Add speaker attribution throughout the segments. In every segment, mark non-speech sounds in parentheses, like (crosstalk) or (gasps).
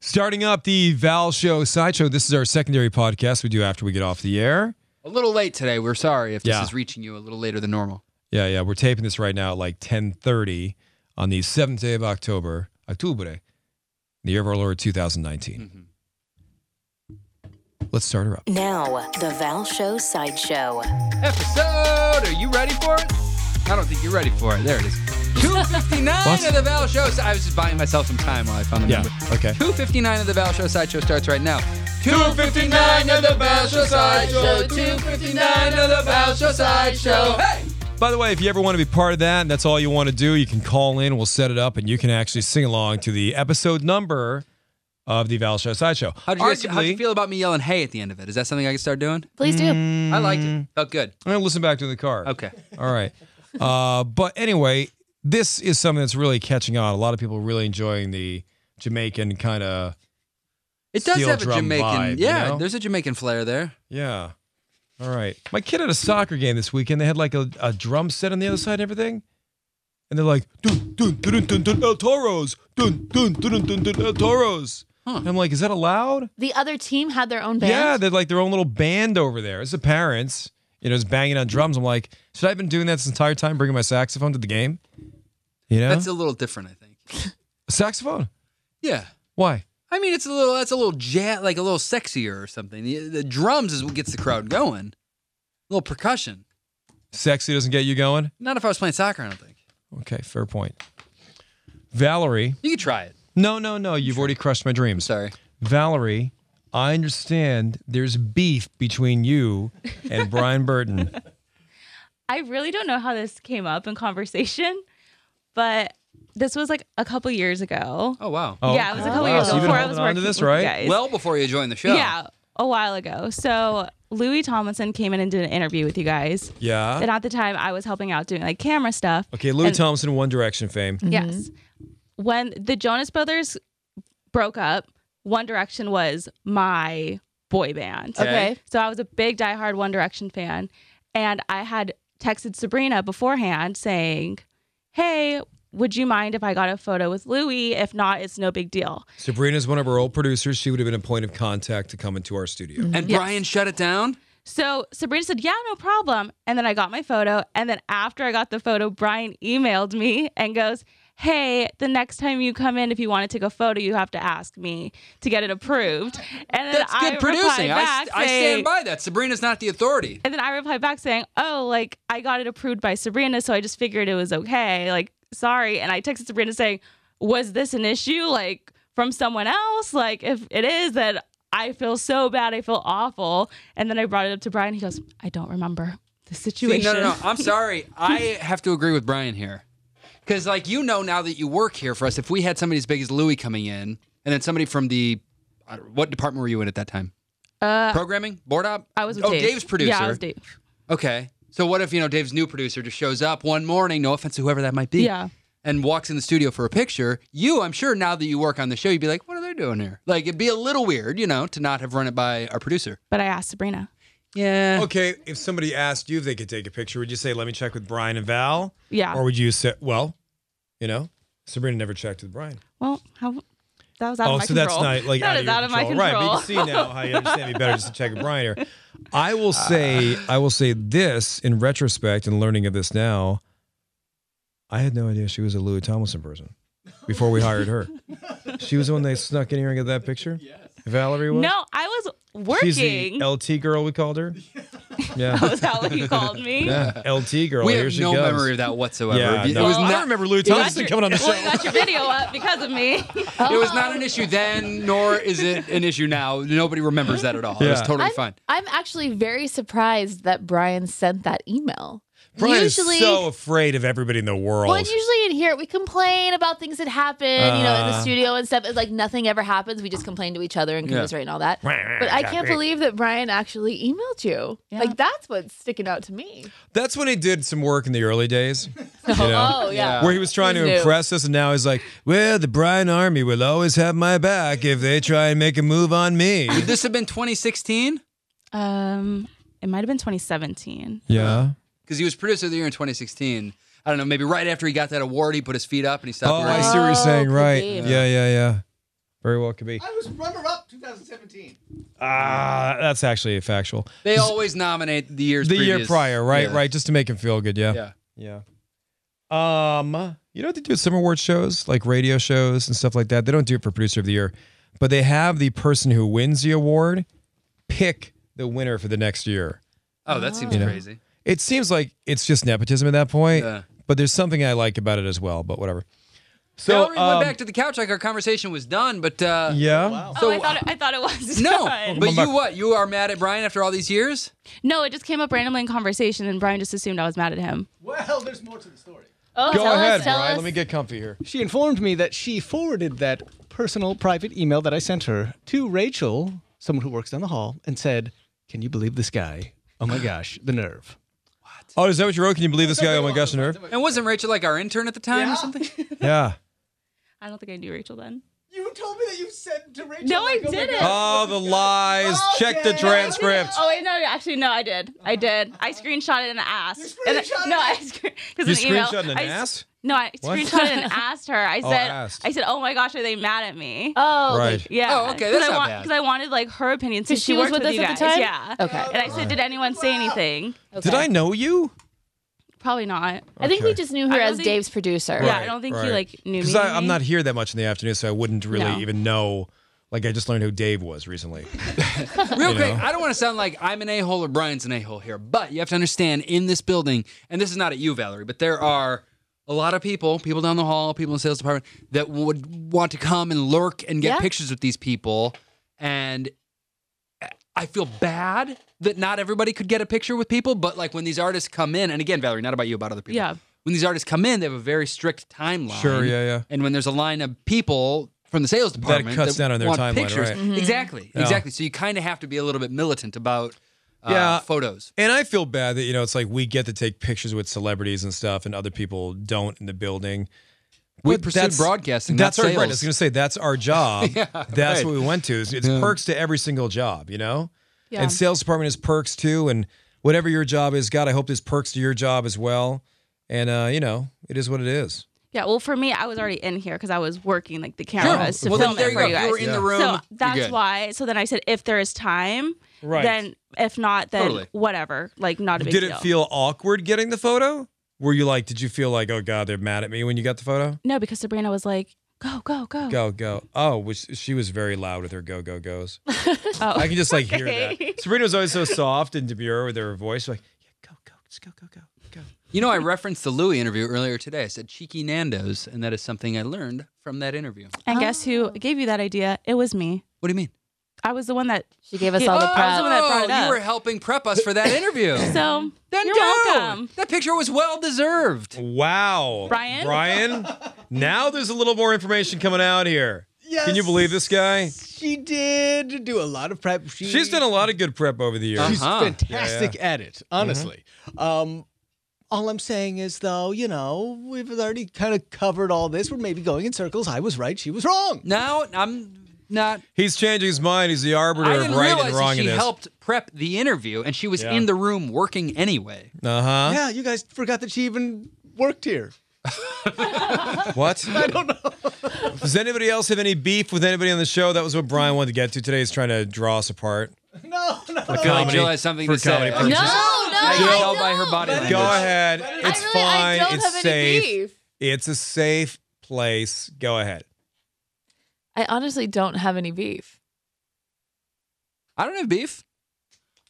Speaker 1: Starting up the Val Show Sideshow. This is our secondary podcast we do after we get off the air.
Speaker 2: A little late today. We're sorry if this
Speaker 1: Yeah.
Speaker 2: is reaching you a little later than normal.
Speaker 1: Yeah, yeah. We're taping this right now at like 1030 on the 7th day of October, October, the year of our Lord 2019.
Speaker 2: Mm-hmm.
Speaker 1: Let's start her up.
Speaker 3: Now, the Val Show Sideshow.
Speaker 2: Episode, are you ready for it? I don't think you're ready for it. There it is. 259
Speaker 1: What?
Speaker 2: of the Val Show. I was just buying myself some time while I found the
Speaker 1: Yeah,
Speaker 2: number.
Speaker 1: okay.
Speaker 2: 259 of the Val Show Sideshow starts right now. 259 of the Val Show Sideshow. 259 of the Val Show Sideshow. Hey!
Speaker 1: By the way, if you ever want to be part of that and that's all you want to do, you can call in. We'll set it up and you can actually sing along to the episode number of the Val Show Sideshow.
Speaker 2: How'd you, guys, how'd you
Speaker 1: Arguably-
Speaker 2: feel about me yelling hey at the end of it? Is that something I can start doing?
Speaker 4: Please do.
Speaker 2: I liked it. Felt good.
Speaker 1: I'm going to listen back to the car.
Speaker 2: Okay.
Speaker 1: All right. Uh, but anyway, this is something that's really catching on. A lot of people are really enjoying the Jamaican kind of,
Speaker 2: It does
Speaker 1: Steel
Speaker 2: have a
Speaker 1: drum
Speaker 2: Jamaican.
Speaker 1: vibe, you
Speaker 2: yeah,
Speaker 1: know?
Speaker 2: there's a Jamaican flair there.
Speaker 1: yeah. All right. My kid had a soccer game this weekend. They had like a, a drum set on the other side and everything. And they're like, dun, dun, dun, dun, dun, dun, El Toros. Dun, dun, dun, dun, dun, dun, El Toros. And I'm like, is that allowed?
Speaker 4: The other team had their own band.
Speaker 1: Yeah, they're like their own little band over there. It's the parents, you know, is banging on drums. I'm like, should I have been doing that this entire time, bringing my saxophone to the game? You know,
Speaker 2: That's a little different, I think.
Speaker 1: saxophone.
Speaker 2: Yeah.
Speaker 1: Why?
Speaker 2: I mean, it's a little. That's a little jet, like a little sexier or something. The, the drums is what gets the crowd going. A little percussion.
Speaker 1: Sexy doesn't get you going.
Speaker 2: Not if I was playing soccer. I don't think
Speaker 1: Okay, fair point. Valerie,
Speaker 2: you could try it.
Speaker 1: no, no, no. You've already crushed my
Speaker 2: I'm
Speaker 1: dreams.
Speaker 2: sorry.
Speaker 1: Valerie, I understand there's beef between you
Speaker 5: (laughs)
Speaker 1: and Brian Burton.
Speaker 5: I really don't know how this came up in conversation, but this was like a couple years ago.
Speaker 2: Oh wow.
Speaker 1: Oh,
Speaker 5: yeah, it was a
Speaker 1: okay.
Speaker 5: couple
Speaker 1: Wow,
Speaker 5: years
Speaker 1: so
Speaker 5: ago
Speaker 1: you've been
Speaker 5: before I was
Speaker 1: holding on to
Speaker 5: working
Speaker 1: this,
Speaker 5: with you
Speaker 1: right?
Speaker 5: guys.
Speaker 2: Well before you joined the show.
Speaker 5: yeah, a while ago. So Louis Tomlinson came in and did an interview with you guys,
Speaker 1: Yeah.
Speaker 5: and at the time I was helping out doing like camera stuff.
Speaker 1: Okay, Louis
Speaker 5: And-
Speaker 1: Thompson, One Direction fame.
Speaker 5: Yes, when the Jonas Brothers broke up, One Direction was my boy band.
Speaker 4: Okay.
Speaker 5: So I was a big diehard One Direction fan, and I had texted Sabrina beforehand saying, "Hey, would you mind if I got a photo with Louis? If not, it's no big deal."
Speaker 1: Sabrina's one of our old producers. She would have been a point of contact to come into our studio.
Speaker 2: And Brian shut it down.
Speaker 5: So Sabrina said, "Yeah, no problem." And then I got my photo, and then after I got the photo, Brian emailed me and goes. Hey, the next time you come in, if you want to take a photo, you have to ask me to get it approved. And then
Speaker 2: That's
Speaker 5: I
Speaker 2: good
Speaker 5: replied
Speaker 2: producing. I,
Speaker 5: Back
Speaker 2: st- I
Speaker 5: saying,
Speaker 2: stand by that. Sabrina's not the authority.
Speaker 5: And then I replied back saying, "Oh, like I got it approved by Sabrina, so I just figured it was okay. Like, sorry." And I texted Sabrina saying, "Was this an issue like from someone else? Like if it is then I feel so bad. I feel awful." And then I brought it up to Brian. He goes, "I don't remember the
Speaker 2: See, no,
Speaker 5: situation."
Speaker 2: no, no. I'm sorry. I have to agree with Brian here. Because, like, you know, now that you work here for us, if we had somebody as big as Louis coming in, and then somebody from the, I don't- what department were you in at that time?
Speaker 5: Uh,
Speaker 2: Programming? Board op?
Speaker 5: (laughs) I was with
Speaker 2: Oh,
Speaker 5: Dave.
Speaker 2: Dave's producer.
Speaker 5: Yeah, I was Dave.
Speaker 2: Okay. So, what if, you know, Dave's new producer just shows up one morning, no offense to whoever that might be,
Speaker 5: Yeah.
Speaker 2: and walks in the studio for a picture? You, I'm sure, now that you work on the show, you'd be like, what are they doing here? Like, it'd be a little weird, you know, to not have run it by our producer. Oh,
Speaker 5: But I asked Sabrina.
Speaker 2: Yeah.
Speaker 1: Okay, if somebody asked you if they could take a picture, would you say, "Let me check with Brian and Val"?
Speaker 5: Yeah.
Speaker 1: Or would you say, "Well, you know, Sabrina never checked with Brian"?
Speaker 5: Well, how that was out
Speaker 1: oh,
Speaker 5: of my
Speaker 1: so
Speaker 5: control.
Speaker 1: that's not like out,
Speaker 5: that
Speaker 1: of
Speaker 5: is
Speaker 1: your
Speaker 5: out of my
Speaker 1: control.
Speaker 5: control.
Speaker 1: right? But you can see now how you understand me better just to check with Brian
Speaker 5: (laughs)
Speaker 1: here. I will say, I will say this in retrospect and learning of this now. I had no idea she was a Louis Tomlinson person before we hired
Speaker 5: (laughs)
Speaker 1: her. she was the one they snuck in here and got that picture. Yes. Valerie was.
Speaker 5: (laughs) no, I was
Speaker 1: She's the
Speaker 5: working.
Speaker 1: LT girl. We called
Speaker 5: (laughs)
Speaker 1: her. Yeah.
Speaker 5: Is that what you called
Speaker 1: (laughs)
Speaker 5: me?
Speaker 1: Yeah, LT girl.
Speaker 2: We
Speaker 1: here
Speaker 2: have
Speaker 1: she
Speaker 2: no
Speaker 1: goes.
Speaker 2: memory of that whatsoever.
Speaker 1: Yeah,
Speaker 2: it
Speaker 1: no.
Speaker 2: was
Speaker 1: I
Speaker 5: Well,
Speaker 2: not
Speaker 1: don't remember Louis Tomlinson coming on the show.
Speaker 5: Well, you got your video up because
Speaker 1: (laughs)
Speaker 5: of me.
Speaker 2: It was not an
Speaker 5: Oh.
Speaker 2: issue then, nor is it an issue now. Nobody remembers that at all. It was
Speaker 1: Yeah.
Speaker 2: totally
Speaker 4: I'm,
Speaker 2: fine.
Speaker 4: I'm actually very surprised that Brian sent that email.
Speaker 1: Brian
Speaker 4: usually
Speaker 1: is so afraid of everybody in the world.
Speaker 4: Well, and usually in here we complain about things that happen, you know,
Speaker 1: Uh.
Speaker 4: in the studio and stuff. It's like nothing ever happens. We just complain to each other and
Speaker 2: Yeah.
Speaker 4: commiserate and all that. But I can't believe that Brian actually emailed you. Like that's what's sticking out to me.
Speaker 1: That's when he did some work in the early days. you know,
Speaker 4: Oh yeah.
Speaker 1: Where he was trying
Speaker 4: He
Speaker 1: to
Speaker 4: knew.
Speaker 1: impress us, and now he's like, "Well, the Brian Army will always have my back if they try and make a move on me."
Speaker 2: Would this have been 2016?
Speaker 5: Um, it might have been 2017.
Speaker 1: Yeah.
Speaker 2: Because he was producer of the year in 2016. I don't know. Maybe right after he got that award, he put his feet up and he stopped.
Speaker 1: Oh, I
Speaker 2: working.
Speaker 1: see what you're saying.
Speaker 4: could
Speaker 1: Right?
Speaker 4: be.
Speaker 1: Yeah, yeah, yeah. Very well could be.
Speaker 6: I was runner up 2017.
Speaker 1: Ah, that's actually factual.
Speaker 2: They always nominate the years.
Speaker 1: the year
Speaker 2: previous.
Speaker 1: prior, right?
Speaker 2: Yeah.
Speaker 1: Right, just to make him feel good. Yeah.
Speaker 2: Yeah.
Speaker 1: Yeah. Um, you know what they do at Summer Awards shows, like radio shows and stuff like that. They don't do it for producer of the year, but they have the person who wins the award pick the winner for the next year.
Speaker 2: Oh, that seems
Speaker 1: You know.
Speaker 2: crazy.
Speaker 1: It seems like it's just nepotism at that point,
Speaker 2: Yeah.
Speaker 1: but there's something I like about it as well. But whatever. So
Speaker 2: So Valerie
Speaker 1: um,
Speaker 2: went back to the couch like our conversation was done, but uh,
Speaker 1: yeah,
Speaker 5: oh, I thought it, I thought it was
Speaker 2: no.
Speaker 5: done.
Speaker 2: But you what? You are mad at Brian after all these years?
Speaker 5: no, it just came up randomly in conversation, and Brian just assumed I was mad at him.
Speaker 6: Well, there's more to the story.
Speaker 4: Oh,
Speaker 1: go
Speaker 4: tell us,
Speaker 1: ahead,
Speaker 4: tell
Speaker 1: Brian.
Speaker 4: us.
Speaker 1: Let me get comfy here.
Speaker 6: She informed me that she forwarded that personal private email that I sent her to Rachel, someone who works down the hall, and said, Can you believe this guy? Oh
Speaker 1: (gasps)
Speaker 6: my gosh, the nerve.
Speaker 1: Oh, is that what you wrote? Can you believe this guy? Oh my gosh,
Speaker 4: (laughs)
Speaker 1: nerve.
Speaker 2: And wasn't Rachel like our intern at the time or something?
Speaker 1: Yeah.
Speaker 5: I don't think I knew Rachel then.
Speaker 6: You told me that you sent to Rachel.
Speaker 5: No, I didn't.
Speaker 1: Oh, the lies.
Speaker 4: Oh,
Speaker 1: Check the transcript.
Speaker 5: Oh wait, no, actually no, I did.
Speaker 6: Uh-huh.
Speaker 5: I did. I screenshotted and asked. And I-
Speaker 6: screenshotted
Speaker 5: no, I because
Speaker 1: You
Speaker 5: an email.
Speaker 1: screenshotted and
Speaker 5: I s-
Speaker 1: asked?
Speaker 5: No, I
Speaker 1: What?
Speaker 5: screenshotted
Speaker 1: (laughs)
Speaker 5: and asked her. I
Speaker 1: Oh,
Speaker 5: said,
Speaker 1: asked.
Speaker 5: I said, oh my gosh, are they mad at me?
Speaker 4: Oh,
Speaker 1: Right.
Speaker 5: Yeah.
Speaker 2: Oh, okay, that's
Speaker 5: Because I
Speaker 2: not
Speaker 5: want-
Speaker 2: bad.
Speaker 5: Because I wanted like her opinion since
Speaker 4: she
Speaker 5: works
Speaker 4: was with
Speaker 5: with
Speaker 4: us
Speaker 5: you
Speaker 4: at the
Speaker 5: guys.
Speaker 4: time?
Speaker 5: Yeah.
Speaker 4: Okay.
Speaker 5: And I said, did anyone say anything?
Speaker 1: Did I know you?
Speaker 5: Probably not.
Speaker 4: I think we
Speaker 1: Okay.
Speaker 4: just knew
Speaker 5: I
Speaker 4: her
Speaker 5: don't
Speaker 4: as
Speaker 5: think-
Speaker 4: Dave's producer.
Speaker 5: Yeah, I don't think he like knew
Speaker 1: Because
Speaker 5: me.
Speaker 1: I'm not here that much in the afternoon, so I wouldn't really
Speaker 5: No.
Speaker 1: even know. Like I just learned who Dave was recently.
Speaker 2: Real
Speaker 1: You
Speaker 2: quick,
Speaker 1: know?
Speaker 2: I don't want to sound like I'm an a hole or Brian's an a hole here, but you have to understand in this building, and this is not at you, Valerie, but there are a lot of people, people down the hall, people in the sales department that would want to come and lurk and get
Speaker 4: Yeah.
Speaker 2: pictures with these people. And I feel bad that not everybody could get a picture with people, but like when these artists come in, and again, Valerie, not about you, about other people.
Speaker 5: Yeah.
Speaker 2: When these artists come in, they have a very strict timeline.
Speaker 1: Sure, yeah, yeah.
Speaker 2: And when there's a line of people from the sales department
Speaker 1: cuts down on their
Speaker 2: want
Speaker 1: timeline,
Speaker 2: pictures,
Speaker 1: right.
Speaker 2: Exactly,
Speaker 1: Yeah.
Speaker 2: exactly. So you kind of have to be a little bit militant about uh,
Speaker 1: Yeah.
Speaker 2: photos.
Speaker 1: and I feel bad that you know it's like we get to take pictures with celebrities and stuff, and other people don't in the building.
Speaker 2: We
Speaker 1: But
Speaker 2: pursued
Speaker 1: that's-
Speaker 2: broadcasting,
Speaker 1: That's
Speaker 2: not
Speaker 1: our right. I
Speaker 2: sales.
Speaker 1: was going to say that's our
Speaker 2: (laughs)
Speaker 1: job. that's
Speaker 2: right.
Speaker 1: what we went to. It's, it's perks to every single job, you know. And sales department is perks too, and whatever your job is, God, I hope there's perks to your job as well. And uh, you know, it is what it is.
Speaker 5: Yeah, well, for me, I was already in here because I was working like the cameras to
Speaker 2: Well, then
Speaker 5: film
Speaker 2: there
Speaker 5: it
Speaker 2: you
Speaker 5: for
Speaker 2: go.
Speaker 5: you
Speaker 2: You,
Speaker 5: guys.
Speaker 2: were in the room.
Speaker 5: So
Speaker 2: you're
Speaker 5: that's
Speaker 2: good.
Speaker 5: why. So then I said, if there is time,
Speaker 1: Right.
Speaker 5: then if not, then
Speaker 2: Totally.
Speaker 5: whatever. Like not a big
Speaker 1: Did
Speaker 5: deal.
Speaker 1: it feel awkward getting the photo? Were you like, did you feel like, oh god, they're mad at me when you got the
Speaker 2: (laughs)
Speaker 1: photo?
Speaker 5: no? Because Sabrina was like, go, go, go.
Speaker 1: Go go. Oh, which she was very loud with her go go
Speaker 2: (laughs)
Speaker 1: goes.
Speaker 2: Oh,
Speaker 1: I can just like hear
Speaker 5: Okay.
Speaker 1: that. Sabrina was always so soft and demure with her voice, like yeah, go go, just go go go go.
Speaker 2: You know, I referenced the Louis interview earlier today. I said cheeky Nando's, and that is something I learned from that interview.
Speaker 5: And guess
Speaker 4: Oh.
Speaker 5: who gave you that idea? It was me.
Speaker 2: What do you mean?
Speaker 5: I was the one that.
Speaker 4: She gave us all the
Speaker 5: Oh,
Speaker 4: props.
Speaker 5: I was the one that brought it
Speaker 2: Oh, you
Speaker 5: up.
Speaker 2: were helping prep us for that (laughs) interview.
Speaker 5: So
Speaker 2: then
Speaker 5: you're
Speaker 2: go.
Speaker 5: welcome.
Speaker 2: That picture was well deserved.
Speaker 1: Wow,
Speaker 5: Brian?
Speaker 2: (laughs)
Speaker 1: Brian, now there's a little more information coming out here. Can you
Speaker 6: Yes.
Speaker 1: believe this guy?
Speaker 6: She did do a lot of prep. She,
Speaker 1: She's done a lot of good prep over the years.
Speaker 6: She's
Speaker 2: Uh-huh.
Speaker 6: fantastic at it, honestly.
Speaker 1: Mm-hmm.
Speaker 6: Um, all I'm saying is, though, you know, we've already kind of covered all this. We're maybe going in circles. I was right. She was wrong.
Speaker 2: Now I'm not.
Speaker 1: He's changing his mind. He's the arbiter
Speaker 2: I
Speaker 1: of
Speaker 2: didn't
Speaker 1: right
Speaker 2: realize
Speaker 1: and wrong
Speaker 2: that she
Speaker 1: in this.
Speaker 2: helped prep the interview, and she was
Speaker 1: Yeah.
Speaker 2: in the room working anyway.
Speaker 1: Uh huh.
Speaker 6: Yeah, you guys forgot that she even worked here.
Speaker 1: What? I don't know. Does anybody else have any beef with anybody on the show? That was what Brian wanted to get to today. Is trying to draw us apart.
Speaker 6: No, no.
Speaker 2: I feel like
Speaker 1: comedy-
Speaker 2: Jill has something
Speaker 1: for
Speaker 2: to say.
Speaker 1: comedy purposes.
Speaker 4: No, no,
Speaker 2: I can
Speaker 4: I
Speaker 2: tell by her
Speaker 4: don't.
Speaker 2: body language.
Speaker 1: Go ahead. It's
Speaker 4: I really,
Speaker 1: fine.
Speaker 4: I don't
Speaker 1: it's
Speaker 4: have
Speaker 1: safe.
Speaker 4: any beef.
Speaker 1: It's a safe place. Go ahead.
Speaker 4: I honestly don't have any beef.
Speaker 2: I don't have beef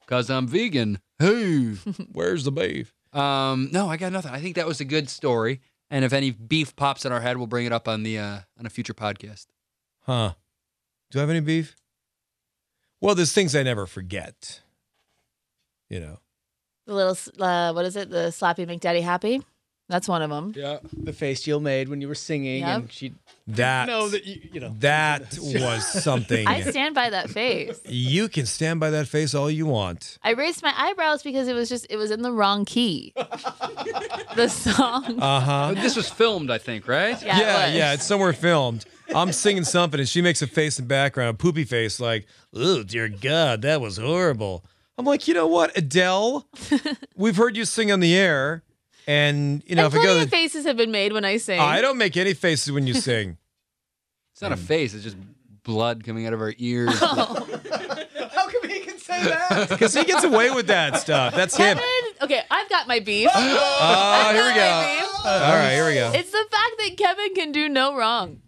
Speaker 2: because I'm vegan.
Speaker 4: (laughs)
Speaker 2: Hey.
Speaker 1: Where's the beef?
Speaker 2: um, no, I got nothing. I think that was a good story. And if any beef pops in our head, we'll bring it up on the uh, on a future podcast.
Speaker 1: Huh? Do I have any beef? Well, there's things I never forget. You know,
Speaker 4: The little, s- uh, what is it? The Slappy McDaddy Happy. That's one of them.
Speaker 2: Yeah.
Speaker 6: The face Jill made when you were singing,
Speaker 4: Yep.
Speaker 6: and she
Speaker 1: That
Speaker 6: know that you, you know.
Speaker 1: that was something.
Speaker 4: I stand by that face.
Speaker 1: you can stand by that face all you want.
Speaker 4: I raised my eyebrows because it was just it was in the
Speaker 2: (laughs)
Speaker 4: wrong key. the song.
Speaker 1: Uh huh.
Speaker 2: But this was filmed, I think, right?
Speaker 4: yeah,
Speaker 1: yeah,
Speaker 4: it was.
Speaker 1: yeah, it's somewhere filmed. I'm singing something, and she makes a face in the background, a poopy face, like, "Oh dear God, that was horrible." I'm like, you know what, Adele? We've heard you sing on the air, and you know,
Speaker 4: and
Speaker 1: if it
Speaker 4: plenty
Speaker 1: goes,
Speaker 4: of faces have been made when I sing.
Speaker 1: I don't make any faces when you sing.
Speaker 2: It's not a face. It's just blood coming out of her ears.
Speaker 4: (laughs) Oh,
Speaker 6: How come he can say that?
Speaker 1: Because he gets away with that stuff. That's him.
Speaker 4: Kevin, okay, I've got my
Speaker 1: (laughs)
Speaker 4: beef.
Speaker 1: Oh, here we go.
Speaker 4: I've got my
Speaker 1: All right, here we go.
Speaker 4: beef. It's the fact that Kevin can do no wrong.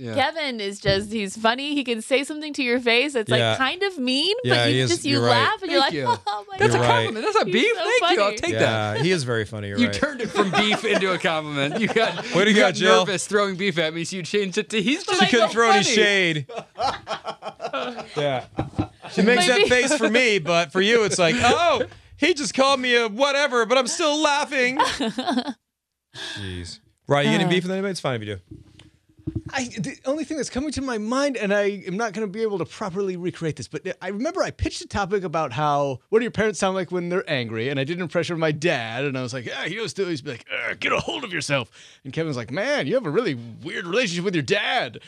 Speaker 2: Yeah.
Speaker 4: Kevin is just, he's funny. He can say something to your face that's
Speaker 1: Yeah.
Speaker 4: like kind of mean,
Speaker 1: Yeah,
Speaker 4: but
Speaker 1: he
Speaker 4: you
Speaker 1: is-
Speaker 4: just, you
Speaker 1: you're right.
Speaker 4: laugh and you're like,
Speaker 2: Thank you.
Speaker 4: (laughs) oh my
Speaker 2: That's
Speaker 4: God.
Speaker 1: You're
Speaker 2: a
Speaker 1: right.
Speaker 2: compliment. That's not
Speaker 4: He's
Speaker 2: beef.
Speaker 4: so
Speaker 2: Thank you. I'll
Speaker 4: funny.
Speaker 2: take that.
Speaker 1: yeah, he is very funny. You're
Speaker 2: You
Speaker 1: right.
Speaker 2: turned it
Speaker 1: (laughs)
Speaker 2: from beef into a compliment. You got
Speaker 1: Way to
Speaker 2: you
Speaker 1: go,
Speaker 2: got
Speaker 1: Jill.
Speaker 2: nervous throwing beef at me, so you changed it to he's just
Speaker 1: she couldn't
Speaker 2: so
Speaker 1: throw any
Speaker 2: funny.
Speaker 1: shade.
Speaker 6: (laughs)
Speaker 1: yeah. She makes that
Speaker 4: Maybe-
Speaker 1: face for me, but for you, it's like, oh, he just called me a whatever, but I'm still laughing. Jeez. Right, you get
Speaker 6: Uh.
Speaker 1: any beef with anybody? It's fine if you do.
Speaker 6: I, the only thing that's coming to my mind, and I am not going to be able to properly recreate this, but uh, I remember I pitched a topic about how what do your parents sound like when they're angry, and I did an impression of my dad, and I was like, yeah, he was still, he's like, "Ugh, get a hold of yourself, and Kevin's like, man, you have a really weird relationship with your dad,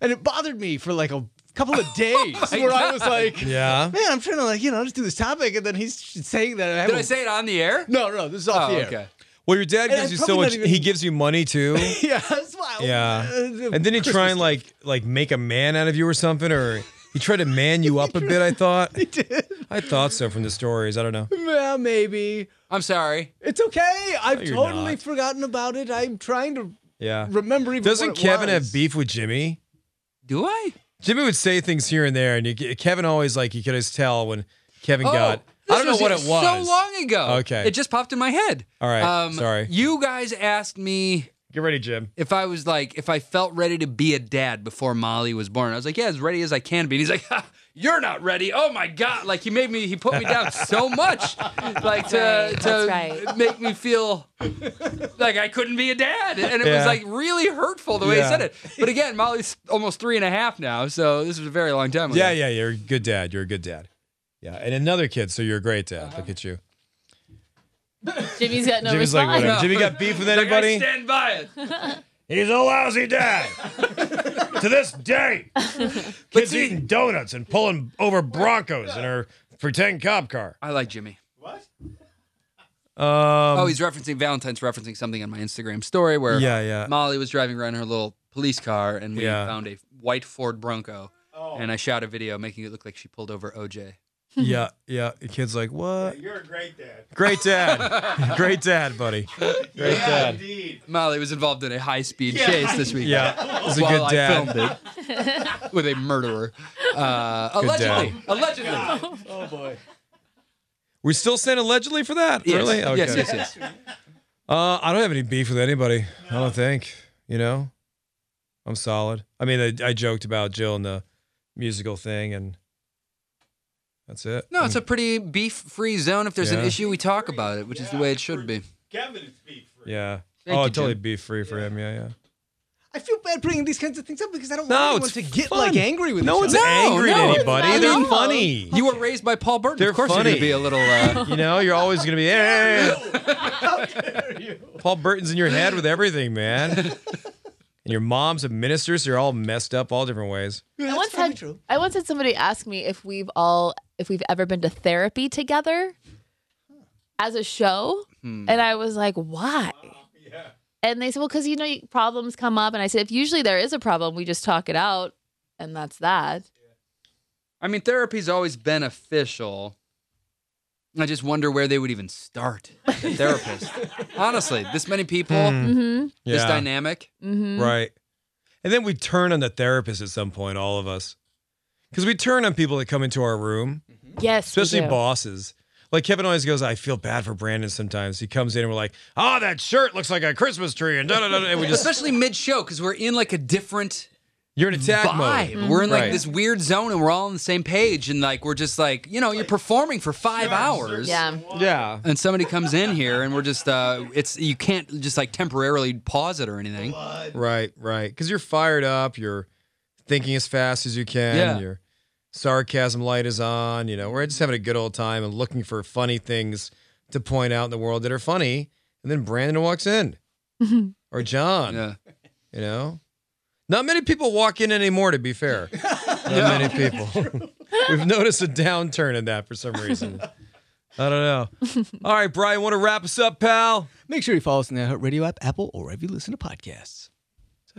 Speaker 6: and it bothered me for like a couple
Speaker 2: (laughs)
Speaker 6: of days
Speaker 2: Oh
Speaker 6: where I was like,
Speaker 1: Yeah.
Speaker 6: man, I'm trying to like you know just do this topic, and then he's saying that. and I
Speaker 2: Did I
Speaker 6: haven't-
Speaker 2: say it on the air?
Speaker 6: No, no, this is off
Speaker 2: Oh,
Speaker 6: the air.
Speaker 2: okay.
Speaker 1: Well, your dad
Speaker 6: And
Speaker 1: gives
Speaker 6: I'm
Speaker 1: you so
Speaker 6: probably
Speaker 1: much.
Speaker 6: not even- Uh,
Speaker 1: He gives you money too.
Speaker 6: (laughs) Yeah, that's wild.
Speaker 1: Yeah. And then he try and like like make a man out of you or something, or he tried to man you up a bit.
Speaker 6: (laughs)
Speaker 1: I thought. He
Speaker 6: did.
Speaker 1: I thought so from the stories. I don't know.
Speaker 6: Yeah, maybe.
Speaker 2: I'm sorry.
Speaker 6: It's okay. I've
Speaker 1: you're
Speaker 6: totally
Speaker 1: not.
Speaker 6: forgotten about it. I'm trying to
Speaker 1: Yeah.
Speaker 6: remember even
Speaker 1: Doesn't
Speaker 6: what it
Speaker 1: Kevin
Speaker 6: was.
Speaker 1: have beef with Jimmy?
Speaker 2: Do I?
Speaker 1: Jimmy would say things here and there, and you, Kevin always like you could always tell when Kevin got. I
Speaker 2: Oh, this
Speaker 1: don't know what it was.
Speaker 2: So long ago.
Speaker 1: Okay.
Speaker 2: It just popped in my head. Um,
Speaker 1: All right, sorry.
Speaker 2: You guys asked me
Speaker 1: Get ready, Jim.
Speaker 2: if I was like, if I felt ready to be a dad before Molly was born. I was like, yeah, as ready as I can be. And he's like, ha, you're not ready. Oh my God. Like, he made me, he put me down so much.
Speaker 1: (laughs)
Speaker 2: Like, to,
Speaker 4: right,
Speaker 2: to
Speaker 4: that's right.
Speaker 2: make me feel like I couldn't be a dad. And it
Speaker 1: Yeah.
Speaker 2: was like really hurtful the way
Speaker 1: Yeah.
Speaker 2: he said it. But again, Molly's almost three and a half now. So this was a very long time ago.
Speaker 1: Yeah, yeah, you're a good dad. You're a good dad. Yeah, and another kid, so you're a great dad. Look at you.
Speaker 4: Jimmy's got no
Speaker 1: Jimmy's like,
Speaker 4: response.
Speaker 1: whatever. Jimmy got beef (laughs) with
Speaker 2: Like, I
Speaker 1: anybody?
Speaker 2: stand by (laughs) it.
Speaker 1: He's a lousy dad. to this (laughs) day, kids eating donuts and pulling over Broncos in her pretend cop car.
Speaker 2: I like Jimmy.
Speaker 1: Um,
Speaker 2: Oh, he's referencing Valentine's referencing something on my Instagram story where
Speaker 1: Yeah, yeah.
Speaker 2: Molly was driving around in her little police car and we
Speaker 1: Yeah.
Speaker 2: found a white Ford Bronco. And I shot a video making it look like she pulled over OJ.
Speaker 4: Um,
Speaker 1: yeah, yeah. The kid's like, what? you're a great dad. Great (laughs) dad. great dad, buddy. Great dad.
Speaker 2: Molly was involved in a high speed chase this
Speaker 1: (laughs)
Speaker 2: weekend.
Speaker 1: Yeah, he's a
Speaker 2: while
Speaker 1: good
Speaker 2: I
Speaker 1: dad.
Speaker 2: filmed it with a murderer. Uh, allegedly.
Speaker 1: dad.
Speaker 2: Allegedly.
Speaker 6: Oh boy.
Speaker 1: We're still saying allegedly for that,
Speaker 2: Yes.
Speaker 1: really?
Speaker 2: yes, yes, yes.
Speaker 1: Uh, I don't have any beef with anybody. I don't think. You know, I'm solid. I mean, I, I joked about Jill and the musical thing, and that's it.
Speaker 2: No, it's a pretty beef free zone. If there's
Speaker 1: Yeah.
Speaker 2: an issue, we talk about it, which is the way it should be.
Speaker 1: yeah.
Speaker 2: Thank
Speaker 1: oh,
Speaker 2: you,
Speaker 1: totally
Speaker 2: Jim.
Speaker 1: beef free for him. Yeah, yeah.
Speaker 6: I feel bad bringing these kinds of things up because I don't
Speaker 1: No,
Speaker 6: want
Speaker 1: it's
Speaker 6: anyone to get
Speaker 1: fun.
Speaker 6: like angry with
Speaker 1: No
Speaker 6: each
Speaker 1: one's
Speaker 6: other.
Speaker 1: angry
Speaker 2: no,
Speaker 1: at
Speaker 2: it's
Speaker 1: anybody.
Speaker 4: not at
Speaker 1: They're
Speaker 4: all.
Speaker 1: funny.
Speaker 2: You were raised by Paul Burton.
Speaker 1: They're
Speaker 2: of course, you're
Speaker 1: funny.
Speaker 2: gonna be a
Speaker 1: (laughs)
Speaker 2: little. Uh,
Speaker 1: You know, you're always gonna be. "Eh." Paul Burton's in your head with everything, man. and your mom's a minister, so you're all messed up all different ways.
Speaker 4: I once had I once had somebody ask me if we've all if we've ever been to therapy together as a show, and I was like, why? And they said, well, because you know you- problems come up, and I said, if usually there is a problem, we just talk it out, and that's that.
Speaker 2: I mean, therapy's always beneficial. I just wonder where they would even start.
Speaker 1: (laughs)
Speaker 2: a therapist. Honestly, this many people, this
Speaker 1: Hmm. Yeah.
Speaker 2: dynamic.
Speaker 1: Right. And then we turn on the therapist at some point, all of us. Because we turn on people that come into our room,
Speaker 4: Mm-hmm. Yes, we
Speaker 1: especially
Speaker 4: do.
Speaker 1: bosses. Like Kevin always goes, I feel bad for Brandon sometimes. He comes in and we're like, oh, that shirt looks like a Christmas tree. And da da da. da," And we just,
Speaker 2: Especially mid show, because we're in like a different
Speaker 1: You're in attack
Speaker 2: vibe.
Speaker 1: mode.
Speaker 2: We're in like
Speaker 1: Mm-hmm. Right.
Speaker 2: this weird zone and we're all on the same page and like we're just like, you know, you're performing for five hours.
Speaker 7: Yeah.
Speaker 6: Yeah.
Speaker 2: And somebody comes in here and we're just uh it's you can't just like temporarily pause it or anything.
Speaker 1: Right, right. Because you're fired up. You're thinking as fast as you can.
Speaker 2: Yeah.
Speaker 1: Your sarcasm light is on. You know, we're just having a good old time and looking for funny things to point out in the world that are funny. And then Brandon walks in, or John.
Speaker 2: Yeah.
Speaker 1: You know, not many people walk in anymore. To be
Speaker 2: (laughs)
Speaker 1: fair, not many people. (laughs) We've noticed a downturn in that for some
Speaker 2: (laughs)
Speaker 1: reason. I don't know. All right, Brian, want to wrap us up, pal?
Speaker 6: Make sure you follow us on the iHeartRadio app, Apple, or wherever you listen to podcasts.
Speaker 1: Do I